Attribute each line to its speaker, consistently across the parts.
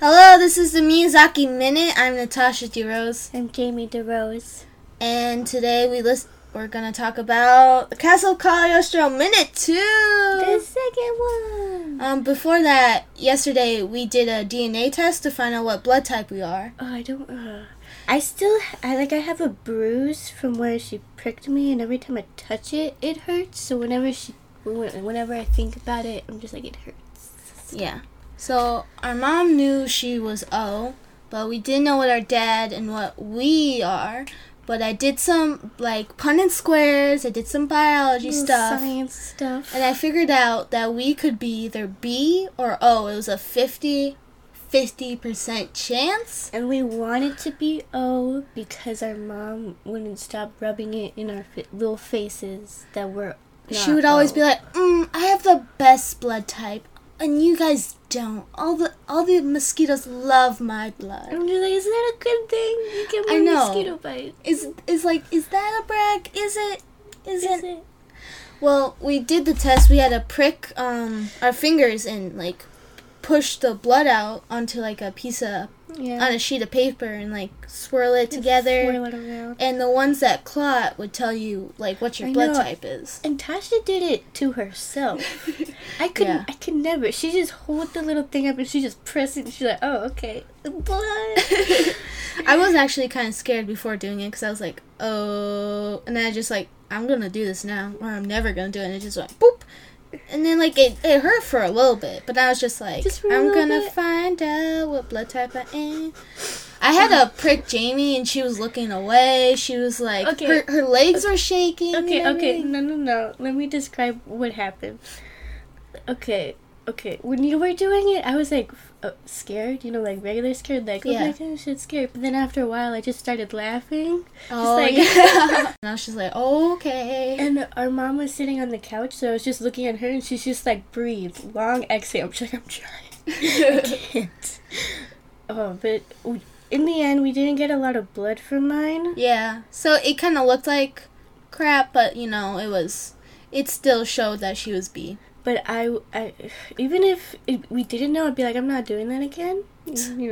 Speaker 1: Hello, this is the Miyazaki Minute. I'm Natasha DeRose,
Speaker 2: I'm Jamie DeRose.
Speaker 1: and today we list- we're gonna talk about the Castle Cagliostro Minute Two.
Speaker 2: The second one.
Speaker 1: um, before that, yesterday we did a DNA test to find out what blood type we are.
Speaker 2: Oh, I don't. Uh, I still. I like. I have a bruise from where she pricked me, and every time I touch it, it hurts. So whenever she, when- whenever I think about it, I'm just like it hurts.
Speaker 1: Yeah. So our mom knew she was O, but we didn't know what our dad and what we are. But I did some like pun and squares. I did some biology
Speaker 2: Little
Speaker 1: stuff.
Speaker 2: Science stuff.
Speaker 1: And I figured out that we could be either B or O. It was a 50 50% chance.
Speaker 2: And we wanted to be O because our mom wouldn't stop rubbing it in our fa- little faces that were.
Speaker 1: she would always be like, mm, "I have the best blood type, and you guys don't. All the all the mosquitoes love my blood."
Speaker 2: I'm just like, is that a good thing? You get
Speaker 1: I
Speaker 2: more
Speaker 1: know.
Speaker 2: mosquito bites.
Speaker 1: Is is like, is that a brag? Is it? Is,
Speaker 2: Is
Speaker 1: it?
Speaker 2: it?
Speaker 1: Well, we did the test. We had to prick um, our fingers and like push the blood out onto like a piece of
Speaker 2: Yeah.
Speaker 1: on a sheet of paper and like swirl it together.
Speaker 2: Swirl it around.
Speaker 1: And the ones that clot would tell you like what your
Speaker 2: I
Speaker 1: blood
Speaker 2: know.
Speaker 1: type is.
Speaker 2: And Tasha did it to herself. I could
Speaker 1: Yeah.
Speaker 2: not I could never. She just hold the little thing up and she just press it. And she's like, oh okay, blood.
Speaker 1: I was actually kind of scared before doing it because I was like, oh, and then I just like I'm gonna do this now or I'm never gonna do it. And it just went boop, and then like it, it hurt for a little bit, but I was just like,
Speaker 2: Just for a
Speaker 1: I'm
Speaker 2: little
Speaker 1: gonna
Speaker 2: bit.
Speaker 1: find out what blood type I am. I had to prick Jamie and she was looking away. She was like,
Speaker 2: Okay.
Speaker 1: her, her legs were shaking. and
Speaker 2: okay, okay,
Speaker 1: everything.
Speaker 2: no, no, no. Let me describe what happened. Okay, okay. When you were doing it, I was like f- uh, scared. You know, like regular scared. Like oh
Speaker 1: Yeah.
Speaker 2: my gosh, it's scared. But then after a while, I just started laughing.
Speaker 1: Oh,
Speaker 2: like-
Speaker 1: yeah. now she's like, okay.
Speaker 2: And our mom was sitting on the couch, so I was just looking at her, and she's just like breathed long exhale. I'm just like, I'm trying, I can't. Oh, but we, in the end, we didn't get a lot of blood from mine.
Speaker 1: Yeah. So it kind of looked like crap, but you know, it was. It still showed that she was B.
Speaker 2: But I, I even if it, we didn't know, I'd be like, I'm not doing that again. You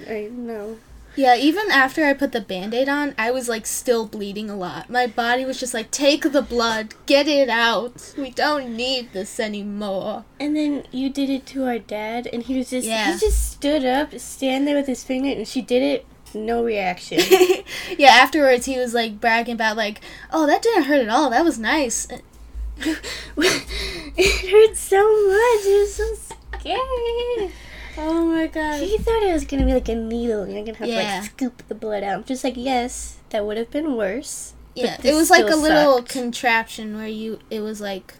Speaker 2: know, I no.
Speaker 1: Yeah, even after I put the band aid on, I was like still bleeding a lot. My body was just like, take the blood, get it out. We don't need this anymore.
Speaker 2: And then you did it to our dad, and he was just
Speaker 1: Yeah.
Speaker 2: he just stood up, stand there with his finger, and she did it. No reaction.
Speaker 1: yeah, afterwards he was like bragging about, like, oh, that didn't hurt at all. That was nice.
Speaker 2: it hurt so much. It was so scary.
Speaker 1: Oh my god.
Speaker 2: He thought it was gonna be like a needle. You're gonna have to
Speaker 1: Yeah.
Speaker 2: like scoop the blood out. I'm just like, yes, that would have been worse.
Speaker 1: Yeah, it
Speaker 2: this
Speaker 1: was like a
Speaker 2: still
Speaker 1: little
Speaker 2: sucked.
Speaker 1: contraption where you it was like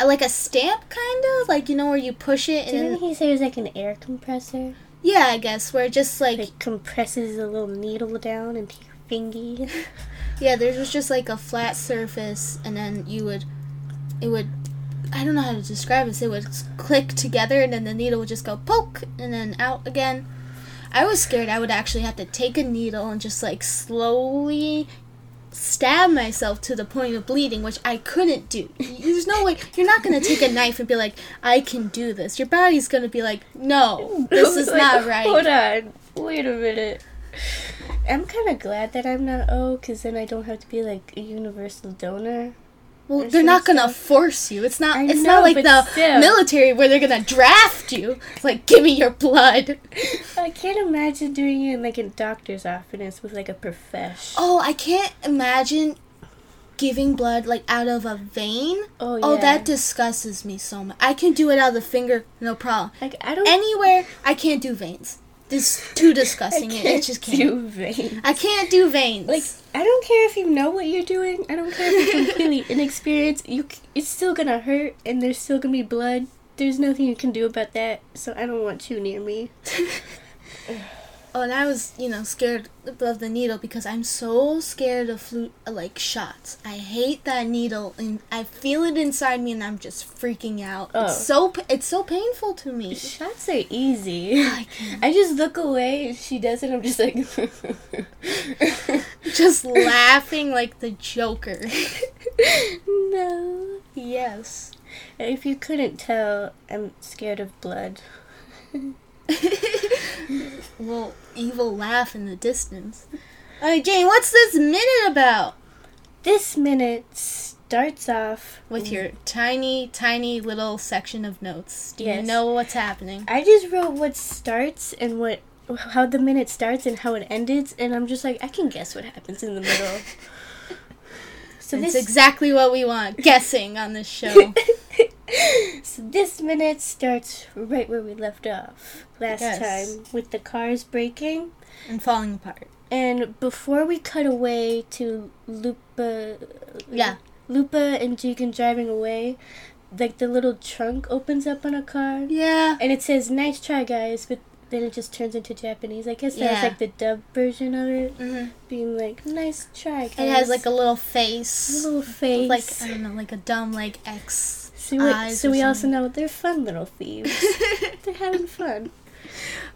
Speaker 1: uh, like a stamp kind of like you know where you push it and
Speaker 2: Didn't
Speaker 1: then,
Speaker 2: he say it was like an air compressor?
Speaker 1: yeah I guess where it just like
Speaker 2: It compresses a little needle down into your fingy.
Speaker 1: yeah there was just like a flat surface and then you would it would I don't know how to describe this it would s- click together and then the needle would just go poke and then out again. I was scared I would actually have to take a needle and just like slowly stab myself to the point of bleeding, which I couldn't do. There's no way you're not gonna take a knife and be like, I can do this. Your body's gonna be like, No, this is
Speaker 2: Like,
Speaker 1: not right.
Speaker 2: Hold on. Wait a minute. I'm kind of glad that I'm not O, because then I don't have to be like a universal donor.
Speaker 1: Well,
Speaker 2: Or
Speaker 1: they're not
Speaker 2: some
Speaker 1: gonna force you. It's not.
Speaker 2: I
Speaker 1: it's
Speaker 2: know,
Speaker 1: not like
Speaker 2: but
Speaker 1: the
Speaker 2: still.
Speaker 1: military where they're gonna draft you. It's like, give me your blood.
Speaker 2: I can't imagine doing it in like a doctor's office with like a profesh.
Speaker 1: Oh, I can't imagine giving blood like out of a vein.
Speaker 2: Oh,
Speaker 1: Oh,
Speaker 2: yeah.
Speaker 1: that disgusts me so much. I can do it out of the finger, no problem.
Speaker 2: Like I don't.
Speaker 1: Anywhere, I can't do veins. This is too
Speaker 2: I
Speaker 1: disgusting. It, it just can't.
Speaker 2: do veins.
Speaker 1: I can't do veins.
Speaker 2: Like I don't care if you know what you're doing. I don't care if you're completely inexperienced. You, c- it's still gonna hurt, and there's still gonna be blood. There's nothing you can do about that. So I don't want you near me.
Speaker 1: Oh, and I was, you know, scared of the needle because I'm so scared of flu like shots. I hate that needle, and I feel it inside me, and I'm just freaking out.
Speaker 2: Oh.
Speaker 1: It's so p- it's so painful to me.
Speaker 2: Shots are easy.
Speaker 1: I can't.
Speaker 2: I just look away. If she does it, I'm just like.
Speaker 1: Just laughing like the Joker.
Speaker 2: no.
Speaker 1: yes.
Speaker 2: If you couldn't tell, I'm scared of blood.
Speaker 1: little evil laugh in the distance. All right, Jane, what's this minute about?
Speaker 2: This minute starts off
Speaker 1: With your tiny, tiny little section of notes. Do you
Speaker 2: Yes.
Speaker 1: know what's happening?
Speaker 2: I just wrote what starts and what how the minute starts and how it ended, and I'm just like I can guess what happens in the middle. so
Speaker 1: It's
Speaker 2: this
Speaker 1: exactly what we want guessing on this show.
Speaker 2: so this minute starts right where we left off last
Speaker 1: Yes.
Speaker 2: time with the cars breaking,
Speaker 1: and falling apart.
Speaker 2: and before we cut away to Lupa,
Speaker 1: Yeah.
Speaker 2: Lupa and Jigen driving away, like the little trunk opens up on a car.
Speaker 1: Yeah.
Speaker 2: And it says, nice try, guys, but then it just turns into Japanese. I guess that
Speaker 1: Yeah.
Speaker 2: was like the dub version of it,
Speaker 1: Mhm.
Speaker 2: being like, nice try, guys.
Speaker 1: It has like a little face.
Speaker 2: little face.
Speaker 1: Like, I don't know, like a dumb, like X.
Speaker 2: so we,
Speaker 1: eyes
Speaker 2: so
Speaker 1: or
Speaker 2: we also
Speaker 1: something.
Speaker 2: know they're fun little thieves. they're having fun.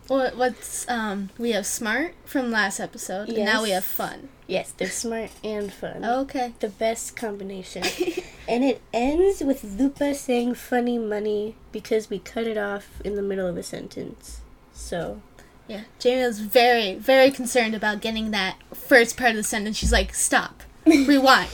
Speaker 1: what, what's, um, we have smart from last episode, and now we
Speaker 2: Yes.
Speaker 1: have fun.
Speaker 2: Yes, they're smart and fun.
Speaker 1: Okay.
Speaker 2: The best combination. and it ends with Lupa saying funny money because we cut it off in the middle of a sentence. So,
Speaker 1: Yeah, Jamie was very, very concerned about getting that first part of the sentence. She's like, stop, rewind,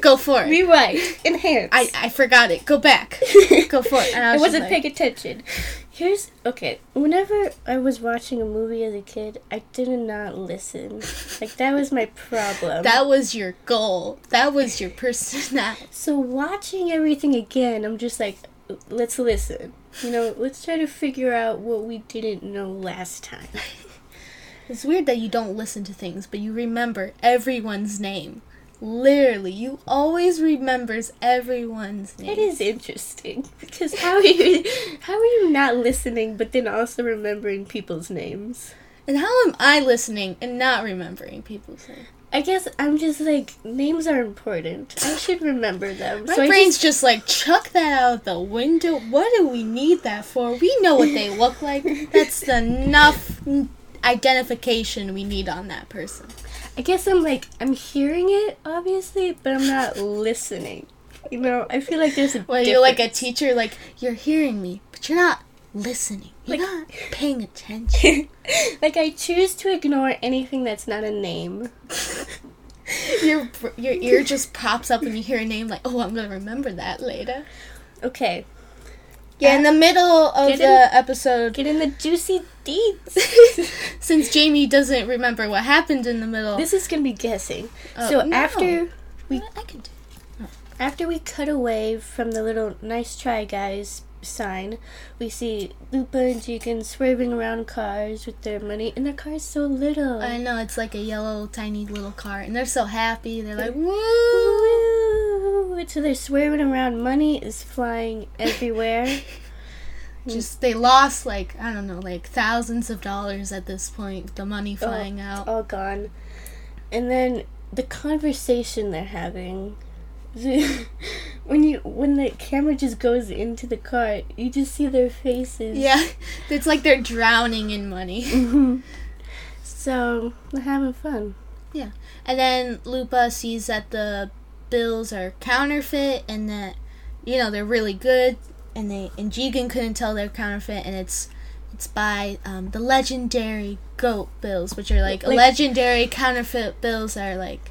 Speaker 1: go for it.
Speaker 2: rewrite, enhance.
Speaker 1: I, I forgot it. Go back. Go for it. And I
Speaker 2: I
Speaker 1: was just
Speaker 2: wasn't
Speaker 1: like-
Speaker 2: paying attention. Here's okay. Whenever I was watching a movie as a kid, I did not listen. Like that was my problem.
Speaker 1: That was your goal. That was your personality.
Speaker 2: so watching everything again, I'm just like, let's listen. You know, let's try to figure out what we didn't know last time.
Speaker 1: It's weird that you don't listen to things, but you remember everyone's name. Literally, you always remembers everyone's name.
Speaker 2: It is interesting because how are you, how are you not listening, but then also remembering people's names?
Speaker 1: And how am I listening and not remembering people's names?
Speaker 2: I guess I'm just like names are important. I should remember them.
Speaker 1: My
Speaker 2: I just-
Speaker 1: brain's just, like, chuck that out the window. What do we need that for? We know what they look like. That's enough identification we need on that person.
Speaker 2: I guess I'm like I'm hearing it obviously, but I'm not listening. You know, I feel like there's a
Speaker 1: Well, you're like a teacher, like, you're hearing me, but you're not listening. You're
Speaker 2: Like-
Speaker 1: not paying attention.
Speaker 2: like I choose to ignore anything that's not a name.
Speaker 1: your, br- your ear just pops up when you hear a name, like, oh, I'm going to remember that later.
Speaker 2: Okay,
Speaker 1: Yeah, in the middle of
Speaker 2: Get in-
Speaker 1: the episode,
Speaker 2: get in the juicy deeds.
Speaker 1: since Jamie doesn't remember what happened in the middle,
Speaker 2: this is gonna be guessing.
Speaker 1: Oh,
Speaker 2: so
Speaker 1: no.
Speaker 2: after
Speaker 1: we, I can do
Speaker 2: after we cut away from the little "nice try, guys" sign, we see Lupa and Jigen swerving around cars with their money, and their car's so little.
Speaker 1: I know it's like a yellow, tiny little car, and they're so happy. They're like, "Woo!"
Speaker 2: Woo! So they're swerving around. Money is flying everywhere.
Speaker 1: Just they lost like I don't know, like thousands of dollars at this point. The money flying out.
Speaker 2: all gone. And then the conversation they're having. when you when the camera just goes into the car, you just see their faces.
Speaker 1: Yeah, it's like they're drowning in money.
Speaker 2: Mhm. so they're having fun.
Speaker 1: yeah, and then Lupa sees that the bills are counterfeit, and that you know they're really good, and they and Jigen couldn't tell they're counterfeit, and it's. It's by um, the legendary goat bills, which are like
Speaker 2: Like-
Speaker 1: legendary counterfeit bills are like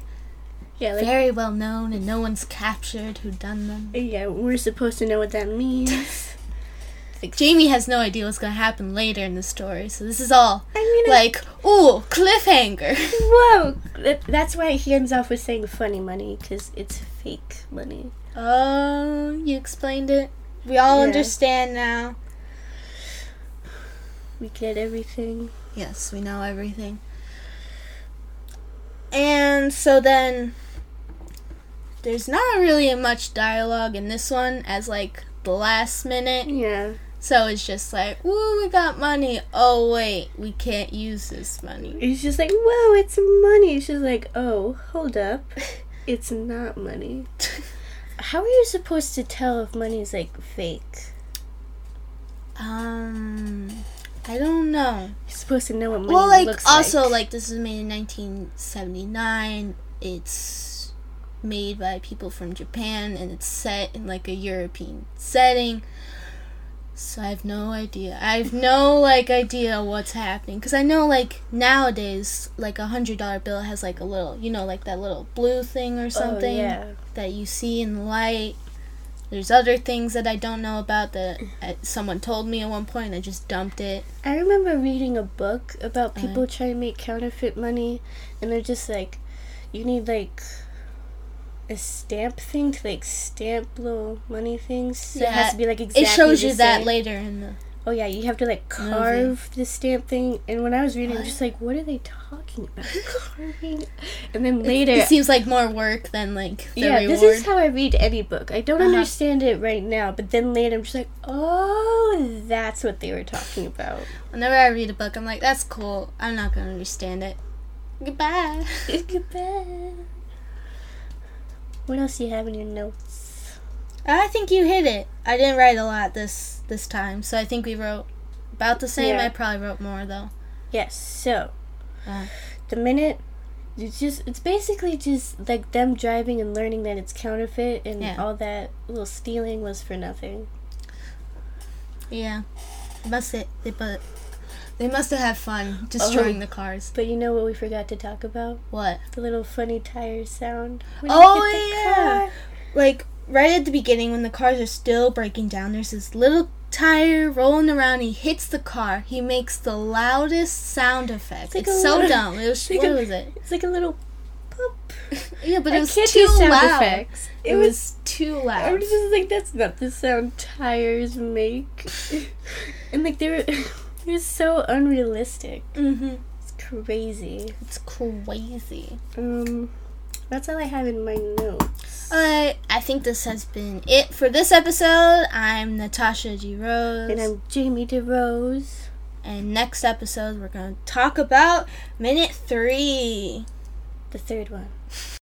Speaker 2: Yeah, like
Speaker 1: very well known and no one's captured who done them.
Speaker 2: yeah, we're supposed to know what that means.
Speaker 1: Jamie has no idea what's gonna happen later in the story, so this is all
Speaker 2: I mean, I-
Speaker 1: like, ooh, cliffhanger.
Speaker 2: whoa! That, that's why he ends off with saying "funny money" because it's fake money.
Speaker 1: Oh, you explained it. We all
Speaker 2: Yeah.
Speaker 1: understand now.
Speaker 2: We get everything.
Speaker 1: Yes, we know everything. And so then there's not really much dialogue in this one as like the last minute.
Speaker 2: Yeah.
Speaker 1: So it's just like, ooh, we got money. Oh wait, we can't use this money.
Speaker 2: He's just like, whoa, it's money. She's like, oh, hold up. It's not money. How are you supposed to tell if money is like fake?
Speaker 1: Um, I don't know.
Speaker 2: You're supposed to know what money
Speaker 1: well, like
Speaker 2: looks
Speaker 1: also like.
Speaker 2: like.
Speaker 1: this is made in 1979. It's made by people from Japan and it's set in like a European setting. So I have no idea. I have no like idea what's happening because I know like nowadays like a hundred dollar bill has like a little you know like that little blue thing or something
Speaker 2: Oh, yeah.
Speaker 1: that you see in the light. There's other things that I don't know about that uh, someone told me at one point. I just dumped it.
Speaker 2: I remember reading a book about
Speaker 1: Uh-huh.
Speaker 2: people trying to make counterfeit money, and they're just like, you need like a stamp thing to like stamp little money things. So it
Speaker 1: Yeah,
Speaker 2: has to be like exactly.
Speaker 1: it shows
Speaker 2: the
Speaker 1: you that
Speaker 2: same.
Speaker 1: later in the.
Speaker 2: Oh yeah, you have to like
Speaker 1: Movie.
Speaker 2: carve the stamp thing. And when I was reading, I'm
Speaker 1: What?
Speaker 2: just like, what are they talking about? Carving. And then later,
Speaker 1: It seems like more work than like the
Speaker 2: yeah,
Speaker 1: reward.
Speaker 2: this is how I read any book. I don't
Speaker 1: Uh-huh.
Speaker 2: understand it right now, but then later I'm just like, oh, that's what they were talking about.
Speaker 1: Whenever I read a book, I'm like, that's cool. I'm not gonna understand it. Goodbye.
Speaker 2: Goodbye. What else do you have in your notes?
Speaker 1: I think you hit it. I didn't write a lot this this time, so I think we wrote about the same.
Speaker 2: Yeah.
Speaker 1: I probably wrote more though.
Speaker 2: Yes, so
Speaker 1: Uh.
Speaker 2: the minute it's just it's basically just like them driving and learning that it's counterfeit and
Speaker 1: Yeah.
Speaker 2: all that little stealing was for nothing.
Speaker 1: Yeah, must it? They but they must have had fun
Speaker 2: Oh.
Speaker 1: destroying the cars.
Speaker 2: But you know what we forgot to talk about?
Speaker 1: What?
Speaker 2: The little funny tire sound. when you
Speaker 1: Oh
Speaker 2: hit the
Speaker 1: yeah.
Speaker 2: car.
Speaker 1: Like right at the beginning when the cars are still breaking down, there's this little tire rolling around. He hits the car. He makes the loudest sound effect. It's,
Speaker 2: like a
Speaker 1: so
Speaker 2: little-
Speaker 1: dumb. It was
Speaker 2: like
Speaker 1: what
Speaker 2: a-
Speaker 1: was it?
Speaker 2: It's like a little pop.
Speaker 1: Yeah, but
Speaker 2: I
Speaker 1: it was
Speaker 2: can't
Speaker 1: too
Speaker 2: do sound
Speaker 1: loud.
Speaker 2: effects.
Speaker 1: It, was, too
Speaker 2: I
Speaker 1: loud.
Speaker 2: was just like, that's not the sound tires make. and like they were, they were so unrealistic.
Speaker 1: mm-hmm.
Speaker 2: It's crazy.
Speaker 1: It's crazy.
Speaker 2: Um, that's all I have in my notes.
Speaker 1: Alright, I think this has been it for this episode. I'm Natasha G. Rose.
Speaker 2: and I'm Jamie DeRose.
Speaker 1: and next episode, we're going to talk about minute three.
Speaker 2: The third one.